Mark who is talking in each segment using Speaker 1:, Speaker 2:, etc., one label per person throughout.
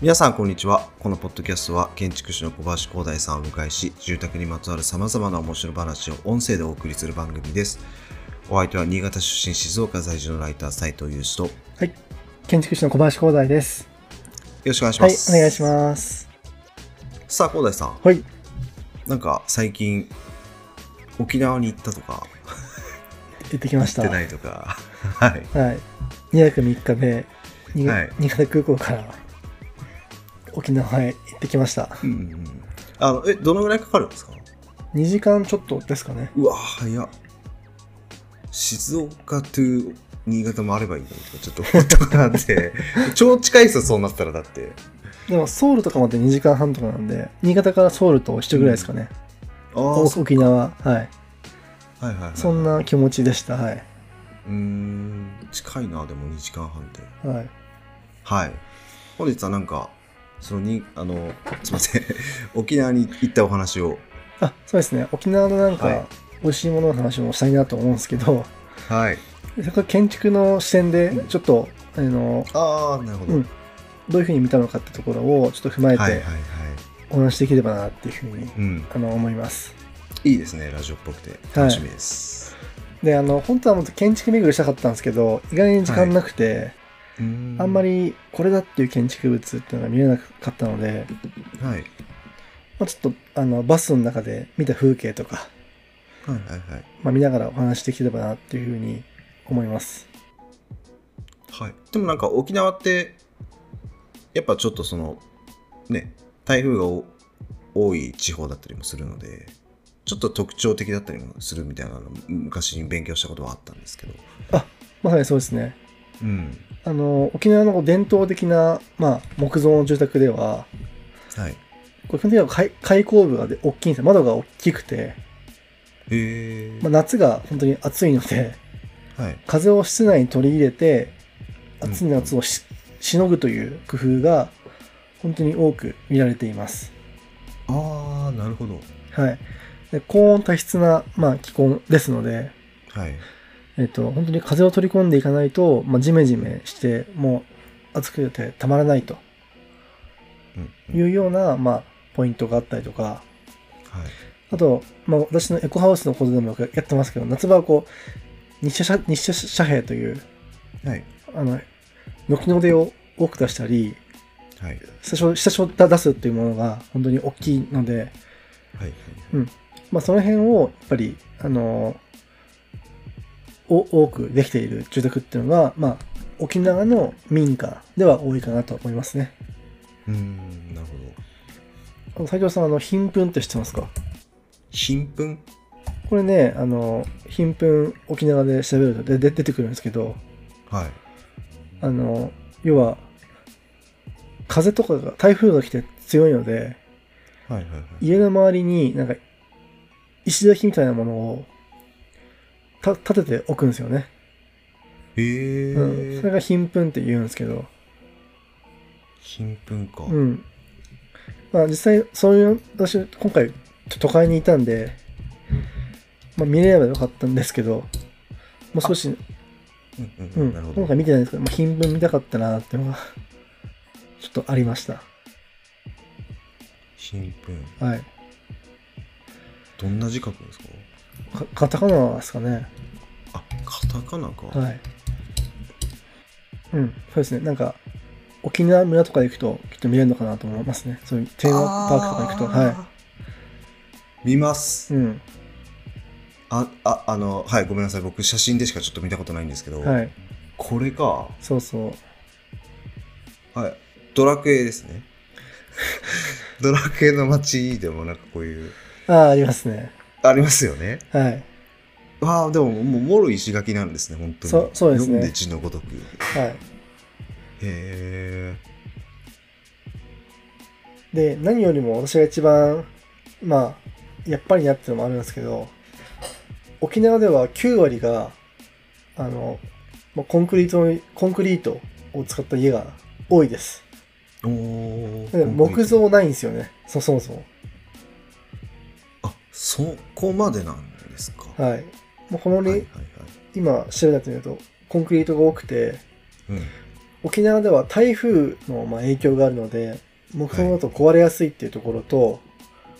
Speaker 1: 皆さん、こんにちは。このポッドキャストは、建築士の小林光大さんをお迎えし、住宅にまつわる様々な面白話を音声でお送りする番組です。お相手は、新潟出身、静岡在住のライター、斉藤祐志と、よ
Speaker 2: はい。建築士の小林光大です。
Speaker 1: ろしくお願いし
Speaker 2: は
Speaker 1: ま
Speaker 2: い、
Speaker 1: す。
Speaker 2: お願いします。
Speaker 1: す。さあ、光大さん、
Speaker 2: はい。
Speaker 1: なんか最近、沖縄に行ったとか、
Speaker 2: 行ってきまし
Speaker 1: 行
Speaker 2: た。
Speaker 1: ってないとか、 はい。
Speaker 2: はい。2泊3日目、に
Speaker 1: はい
Speaker 2: 新潟空港から沖縄へ行ってきました。
Speaker 1: うんうんあの、え、どのぐらいかかるんですか
Speaker 2: 2時間ちょっとですかね。
Speaker 1: うわ、早っ。静岡 to 新潟もあればいいのにとか、ちょっと思ったことあ って、超近いですよ、そうなったらだって。
Speaker 2: でもソウルとかまで2時間半とかなんで、新潟からソウルと一緒ぐらいですかね。
Speaker 1: あ
Speaker 2: お
Speaker 1: あ、そ
Speaker 2: 沖縄。はい。
Speaker 1: はいはい、はい。
Speaker 2: そん。な気持ちでした。はい。
Speaker 1: うーん、近いな、でも2時間半で。
Speaker 2: はい。
Speaker 1: はい。本日はなんか、そのに、あの、すいません、 沖縄に行ったお話を。
Speaker 2: あ、そうですね。沖縄のなん
Speaker 1: はい
Speaker 2: か、美味しいものの話もしたいなと思うんですけど、
Speaker 1: はい。
Speaker 2: せっかく建築の視点で、ちょっと、あの、
Speaker 1: ああ、なるほど。
Speaker 2: うんどういうふうに見たのかってところをちょっと踏まえ
Speaker 1: はいはい
Speaker 2: て
Speaker 1: はい。
Speaker 2: お話しできればなっていうふうに、
Speaker 1: うん。
Speaker 2: あの思います。
Speaker 1: いいですね、ラジオっぽくて。楽しみです。
Speaker 2: であの本当はもっと建築巡りしたかったんですけど意外に時間なくて、
Speaker 1: うーん
Speaker 2: あんま。りこれだっていう建築物っていうのが見れなかったので、
Speaker 1: はい。
Speaker 2: まあ、ちょっとあのバスの中で見た風景とか、
Speaker 1: はいはいはい。
Speaker 2: まあ、見ながらお話しできればなっていうふうに思います。
Speaker 1: はい、でもなんか沖縄ってやっぱちょっとそのね台風がお多い地方だったりもするのでちょっと特徴的だったりもするみたいなの昔に勉強したことはあったんですけど、
Speaker 2: まさにそうですね。
Speaker 1: うん
Speaker 2: あの沖縄の伝統的な、まあ、木造の住宅では
Speaker 1: はい、
Speaker 2: これ基本的には開開口部がで大きいんですよ窓が大きくて、
Speaker 1: へえ
Speaker 2: まあ、夏が本当に暑いので
Speaker 1: はい、
Speaker 2: 風を室内に取り入れて
Speaker 1: うん
Speaker 2: 暑い夏をし,、のぐという工夫が本当に多く見られています。
Speaker 1: ああなるほど
Speaker 2: はい、で高温多湿な、まあ、気候ですので、
Speaker 1: はい
Speaker 2: えっと本当に風を取り込んでいかないと、まあ、ジメジメしてもう暑くてたまらないと
Speaker 1: うんう
Speaker 2: い
Speaker 1: ん
Speaker 2: うような、まあ、ポイントがあったりとか
Speaker 1: はい
Speaker 2: あと、まあ、私のエコハウスのことでもよくやってますけど夏場はこう日射遮日射遮蔽という
Speaker 1: はい
Speaker 2: あの軒の出を多く出したり
Speaker 1: はい
Speaker 2: 下書下書を出すっていうものが本当に大きいので、
Speaker 1: はい
Speaker 2: まあ、その辺をやっぱり、あのお多くできている住宅っていうのが、まあ、沖縄の民家では多いかなと思いますね。
Speaker 1: うーんなるほど
Speaker 2: あの斉藤さん、あの貧困って知ってますか
Speaker 1: 貧困
Speaker 2: これね、あの貧困沖縄で調べるとでで出てくるんですけど、
Speaker 1: はい
Speaker 2: あの要は風とかが台風が来て強いので
Speaker 1: はいはいはい
Speaker 2: 家の周りになんか石垣みたいなものをた立てておくんですよね、
Speaker 1: へえ、
Speaker 2: うん、それが貧困って言うんですけど、
Speaker 1: 貧困か、
Speaker 2: うんまあ、実際そういう私今回都都会にいたんで、まあ、見れればよかったんですけどもう少し、
Speaker 1: うんうん
Speaker 2: う
Speaker 1: うん
Speaker 2: ん、
Speaker 1: なるほ
Speaker 2: 今
Speaker 1: ど
Speaker 2: 回見てないんですけど、まあ、貧困見たかったなっていうのがちょっとありました
Speaker 1: 貧困
Speaker 2: はい
Speaker 1: どんな字書くんですか
Speaker 2: かカタカナですかね
Speaker 1: あカタカナか、
Speaker 2: はい。うん、そうですね。なんか、沖縄村とか行くと、きっと見れるのかなと思いますね。そういうテーマパークとか行くと。はい
Speaker 1: 見ます、
Speaker 2: い。うん。
Speaker 1: あああのはいごめんなさい僕写真でしかちょっと見たことないんですけど、
Speaker 2: はい。
Speaker 1: これか
Speaker 2: そうそう。
Speaker 1: はいドラクエです ねドラクエの街でもなんかこういう
Speaker 2: ああ、ありますね。
Speaker 1: ありますよね
Speaker 2: はい。
Speaker 1: ああでももうもろ石垣なんですね本当に
Speaker 2: そうそうですね
Speaker 1: 読んで字のごとくへ
Speaker 2: は
Speaker 1: え
Speaker 2: い。で、何よりも私が一番、まあ、やっぱりなっていうのもあるんですけど、沖縄では9割が、あの、まあコンクリートの、コンクリートを使った家が多いです。
Speaker 1: おー
Speaker 2: で木造ないんですよね。そ、そもそも。
Speaker 1: そこまでなんですか。は
Speaker 2: はい。もうこの
Speaker 1: いはいは
Speaker 2: ね、
Speaker 1: い。
Speaker 2: 今調べてみると、コンクリートが多くて、
Speaker 1: うん。
Speaker 2: 沖縄では台風のまあ影響があるので、木造だと壊れやすいっていうところと、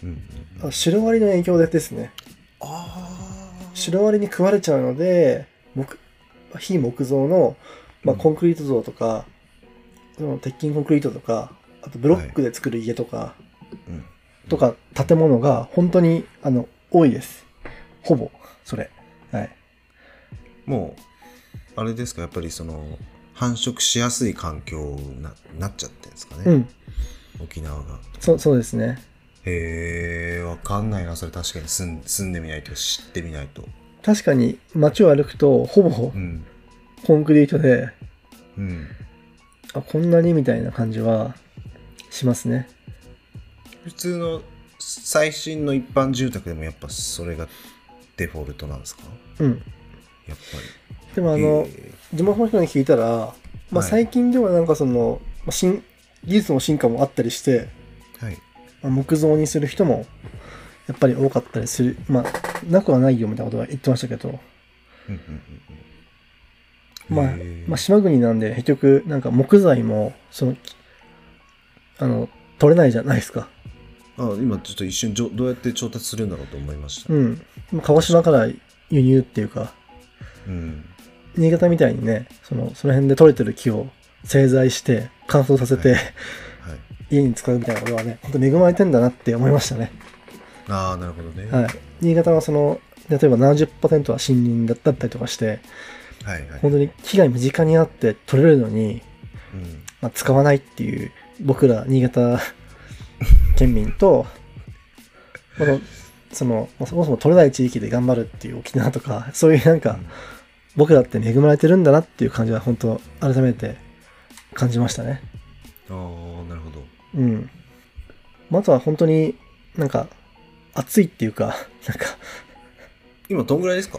Speaker 1: うん、うん。
Speaker 2: あシロアリの影響でですね。
Speaker 1: ああ。
Speaker 2: シロアリに食われちゃうので、木非木造の、まあ、
Speaker 1: うん
Speaker 2: コンクリート像とか、その鉄筋コンクリートとか、あとブロックで作る家とか、
Speaker 1: うん。
Speaker 2: とか建物が本当にあの多いです。ほぼ、それ。はい。
Speaker 1: もう、あれですか、やっぱりその、繁殖しやすい環境にななっちゃってんですかね、
Speaker 2: うん、
Speaker 1: 沖縄が。
Speaker 2: そそうですね。
Speaker 1: へえ、わかんないな、それ確かに住ん住んでみないと知ってみないと。
Speaker 2: 確かに街を歩くと、ほぼ
Speaker 1: うん。
Speaker 2: コンクリートで、
Speaker 1: うん。
Speaker 2: あ、こんなにみたいな感じはしますね。
Speaker 1: 普通の最新の一般住宅でもやっぱそれがデフォルトなんですか
Speaker 2: うん。
Speaker 1: やっ
Speaker 2: でも
Speaker 1: ぱ
Speaker 2: あ
Speaker 1: り。
Speaker 2: の、
Speaker 1: へ
Speaker 2: 地元の人に聞いたら、まあ、
Speaker 1: はい
Speaker 2: 最近ではなんかその、まあ新技術の進化もあったりして、
Speaker 1: ーはい。
Speaker 2: まあ木造にする人もやっぱり多かったりする、まあ、なくはないよみたいなことは言ってましたけど、
Speaker 1: うんうんうん
Speaker 2: まあ
Speaker 1: うんへー
Speaker 2: まあ、島国なんで結局なんか木材もそのあの取れないじゃないですか。
Speaker 1: あ今ちょっと一瞬じょどうやって調達するんだろうと思いました。
Speaker 2: うん。まあ鹿児島から輸入っていうか、
Speaker 1: うん。
Speaker 2: 新潟みたいにね、そのその辺で取れてる木を製材して乾燥させて、
Speaker 1: ははい。
Speaker 2: 家に使うみたいなことはね、本当恵まれてんだなって思いましたね。
Speaker 1: ああ、なるほどね。
Speaker 2: はい。新潟はその、例えば70%は森林だったりとかして、
Speaker 1: はいはい。
Speaker 2: 本当に木が身近にあって取れるのに、
Speaker 1: うん
Speaker 2: まあ、使わないっていう僕ら新 潟県民とこのそのまあそもそも取れない地域で頑張るっていう沖縄とかそういうなんか僕らって恵まれてるんだなっていう感じは本当改めて感じましたね。
Speaker 1: ああ、なるほど。
Speaker 2: うん。まああとは本当になんか暑いっていうかなんか
Speaker 1: 今どんぐらいですか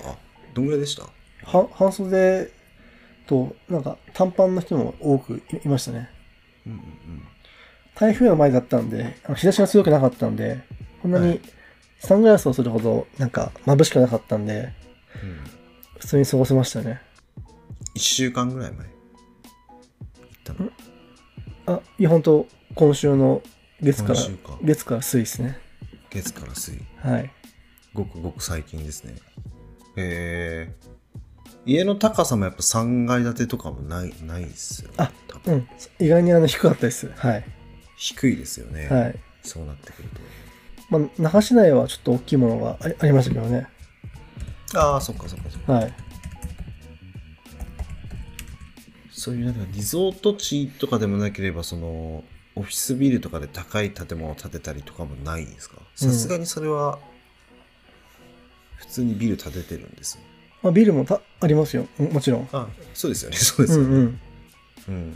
Speaker 1: どんぐらいでした
Speaker 2: は半袖となんか短パンの人も多くいいましたね。
Speaker 1: うんうん
Speaker 2: 台風の前だったんで、あの日差しが強くなかったんで、こんな
Speaker 1: は
Speaker 2: に
Speaker 1: い
Speaker 2: サングラスをするほどなんか眩しくなかったんで、
Speaker 1: うん。うん、
Speaker 2: 普通に過ごせましたね。
Speaker 1: 1週間ぐらい前行ったの
Speaker 2: んあ、いや、本当今週の月から
Speaker 1: 今週か、
Speaker 2: 月から水ですね。
Speaker 1: 月から水。
Speaker 2: はい。
Speaker 1: ごくごく最近ですね。へえ。家の高さもやっぱ3階建てとかもない、ないっすよね。
Speaker 2: あ
Speaker 1: 多分
Speaker 2: うん。意外にあの低かったです。はい。
Speaker 1: 低いですよね。
Speaker 2: はい。
Speaker 1: そうなってくると。
Speaker 2: まあ、那覇市内はちょっと大きいものがありありましたけどね。
Speaker 1: ああ、そっかそっかそっか。
Speaker 2: はい。
Speaker 1: そういうなんかリゾート地とかでもなければ、その、オフィスビルとかで高い建物を建てたりとかもないんですかさすがにそれは、普通にビル建ててるんですよ。
Speaker 2: まあ、ビルもたありますよ。ももちろん。
Speaker 1: あそうですよね、 そうで
Speaker 2: う
Speaker 1: す
Speaker 2: ん
Speaker 1: よね。
Speaker 2: うん。
Speaker 1: うん、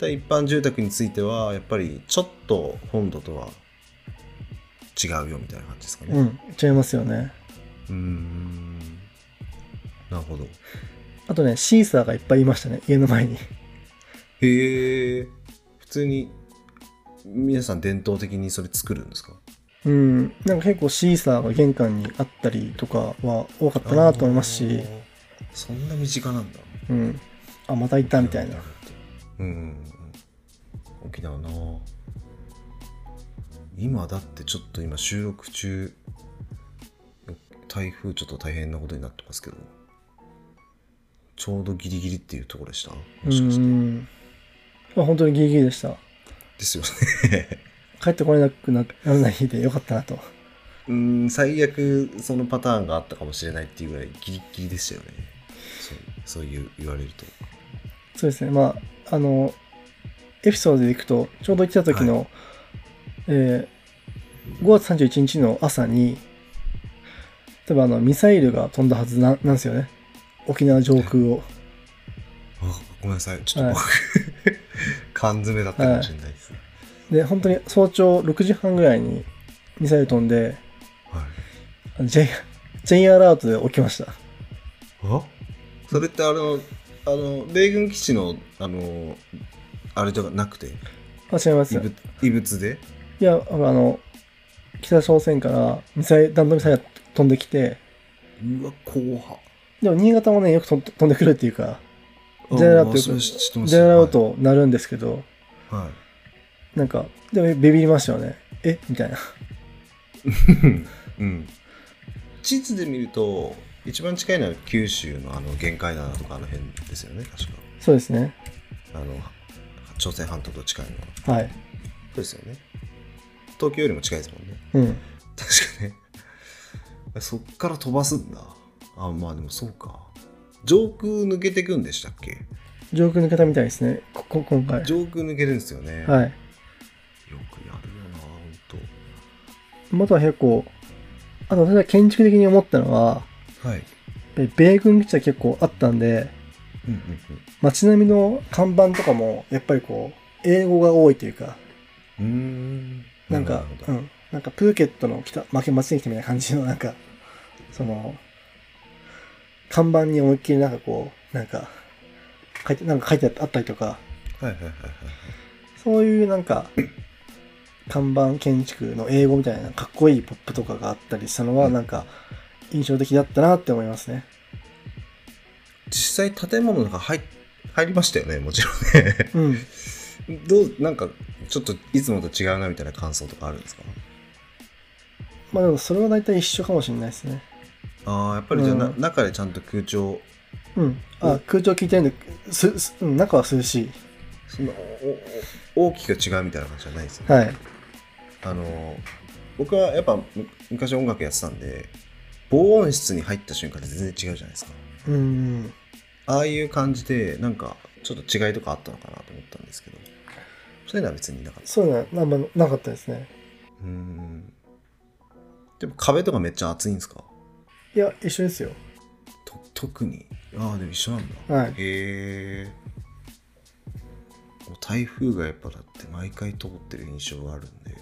Speaker 1: で一般住宅についてはやっぱりちょっと本土とは違うよみたいな感じですか
Speaker 2: う
Speaker 1: ね
Speaker 2: ん。違いますよね。
Speaker 1: うんんなるほど
Speaker 2: あとね、シーサーがいっぱいいましたね。家の前に。
Speaker 1: へえ普通に皆さん伝統的にそれ作るんですか
Speaker 2: うん、なんか結構シーサーが玄関にあったりとかは多かったなと思います
Speaker 1: あ
Speaker 2: し
Speaker 1: ー、そんな身近なんだ
Speaker 2: うん、あ、また行ったみたいな。
Speaker 1: うんうんうん沖縄な今だってちょっと今収録中台風ちょっと大変なことになってますけどちょうどギリギリっていうところでした
Speaker 2: う
Speaker 1: もしかして
Speaker 2: ん、まあ、本当にギリギリでした。
Speaker 1: ですよね
Speaker 2: 帰ってこれなくなならないでよかったなと。
Speaker 1: うん最悪そのパターンがあったかもしれないっていうぐらいギリギリでしたよねそうそういう言われると
Speaker 2: そうですね、まあ、あの、エピソードで行くと、ちょうど行ってた時の、えー5月31日の朝に、例えばあのミサイルが飛んだはずななんですよね。沖縄上空を。
Speaker 1: あごめんなさいちょっと僕、 缶詰だったかもしれないです、
Speaker 2: で、本当に早朝6時半ぐらいにミサイル飛んで、
Speaker 1: はい、
Speaker 2: J, J アラートで起きました。
Speaker 1: あそれってあのあの米軍基地のあのあれとかなくて
Speaker 2: あ、違います
Speaker 1: 異
Speaker 2: よ。
Speaker 1: 物異物で
Speaker 2: いや、あの、北朝鮮からミサイル、弾道ミサイルが飛んできて、
Speaker 1: うわ、後半。
Speaker 2: でも新潟もね、よくと飛んでくるっていうか、
Speaker 1: あ
Speaker 2: J アラート
Speaker 1: あそれ知ってます
Speaker 2: J アラート鳴るんですけど、
Speaker 1: はい。は
Speaker 2: なんか、でもビビりましたよね。えみたいな。
Speaker 1: いうん。地図で見ると、一番近いのは九州のあの玄界灘とかあの辺ですよね、確か。
Speaker 2: そうですね。
Speaker 1: あの、朝鮮半島と近いのは。
Speaker 2: は
Speaker 1: そ
Speaker 2: い。
Speaker 1: うですよね。東京よりも近いですもんね。
Speaker 2: うん。
Speaker 1: 確かね。そっから飛ばすんだ。あ、まあでもそうか。上空抜けてくんでしたっけ
Speaker 2: 上空抜けたみたいですね。こ、こ今回。
Speaker 1: 上空抜けるんですよね。
Speaker 2: はい。
Speaker 1: よくやるよな、ほんと。
Speaker 2: 元は結構、あと私は建築的に思ったのは、
Speaker 1: はい。
Speaker 2: え米軍基地は結構あったんで、
Speaker 1: うんうん
Speaker 2: 街並みの看板とかも、やっぱりこう、英語が多いというか、
Speaker 1: うん。うーん。
Speaker 2: なん
Speaker 1: る、
Speaker 2: か
Speaker 1: ほど
Speaker 2: うん。なんかプーケットの北、負け街に来たみたいな感じの、なんか、その、看板に思いっきりなんかこう、なんか、書いて、なんか書いてあったりとか、
Speaker 1: はいはいはいはい。
Speaker 2: そういうなんか、看板建築の英語みたいなかっこいいポップとかがあったりしたのは、
Speaker 1: うん
Speaker 2: なんか、印象的だったなって思いま すね。
Speaker 1: 実際建物の中入っ入りましたよね、もちろんね。
Speaker 2: うん。
Speaker 1: どう、なんか、ちょっといつもと違うなみたいな感想とかあるんですか
Speaker 2: まあでもそれは大体一緒かもしれないですね。
Speaker 1: ああ、やっぱりじゃあ、な
Speaker 2: うん
Speaker 1: 中でちゃんと空調
Speaker 2: うん。
Speaker 1: う
Speaker 2: あ
Speaker 1: ん、
Speaker 2: 空調効いてるんで、す、すうん、中は涼しい。
Speaker 1: そのおお大きく違うみたいな感じじゃないですね。
Speaker 2: はい。
Speaker 1: あの僕はやっぱむ昔音楽やってたんで防音室に入った瞬間で全然違うじゃないですか。
Speaker 2: うん。
Speaker 1: ああいう感じでなんかちょっと違いとかあったのかなと思ったんですけどそういうのは別になかった。
Speaker 2: そういうのは、なんもなかったですね。
Speaker 1: うーんでも壁とかめっちゃ熱いんですか
Speaker 2: いや、一緒ですよ。
Speaker 1: と特にああでも一緒なんだ。
Speaker 2: はい
Speaker 1: へえ。もう台風がやっぱだって毎回通ってる印象があるんで。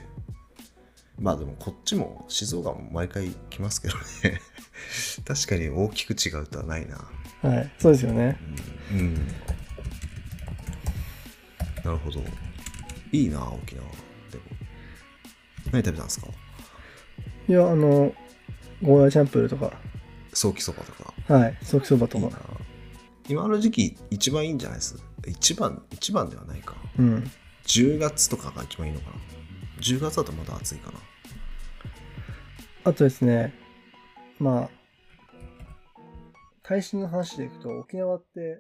Speaker 1: まあでもこっちも静岡も毎回来ますけどね。 確かに大きく違うとはないな。
Speaker 2: はい。そうですよね。
Speaker 1: うん。うん、なるほど。いいな、沖縄。でも。何食べたんですか
Speaker 2: いや、あの、ゴーヤーチャンプルーとか、
Speaker 1: ソーキそばとか。
Speaker 2: はい。ソーキそばと
Speaker 1: いいな
Speaker 2: か。。
Speaker 1: 今の時期一番いいんじゃないです一番、一番ではないか。
Speaker 2: うん。
Speaker 1: 10月とかが一番いいのかな10月だとまだ暑いかな
Speaker 2: あとですね、まあ、耐震の話でいくと、沖縄って、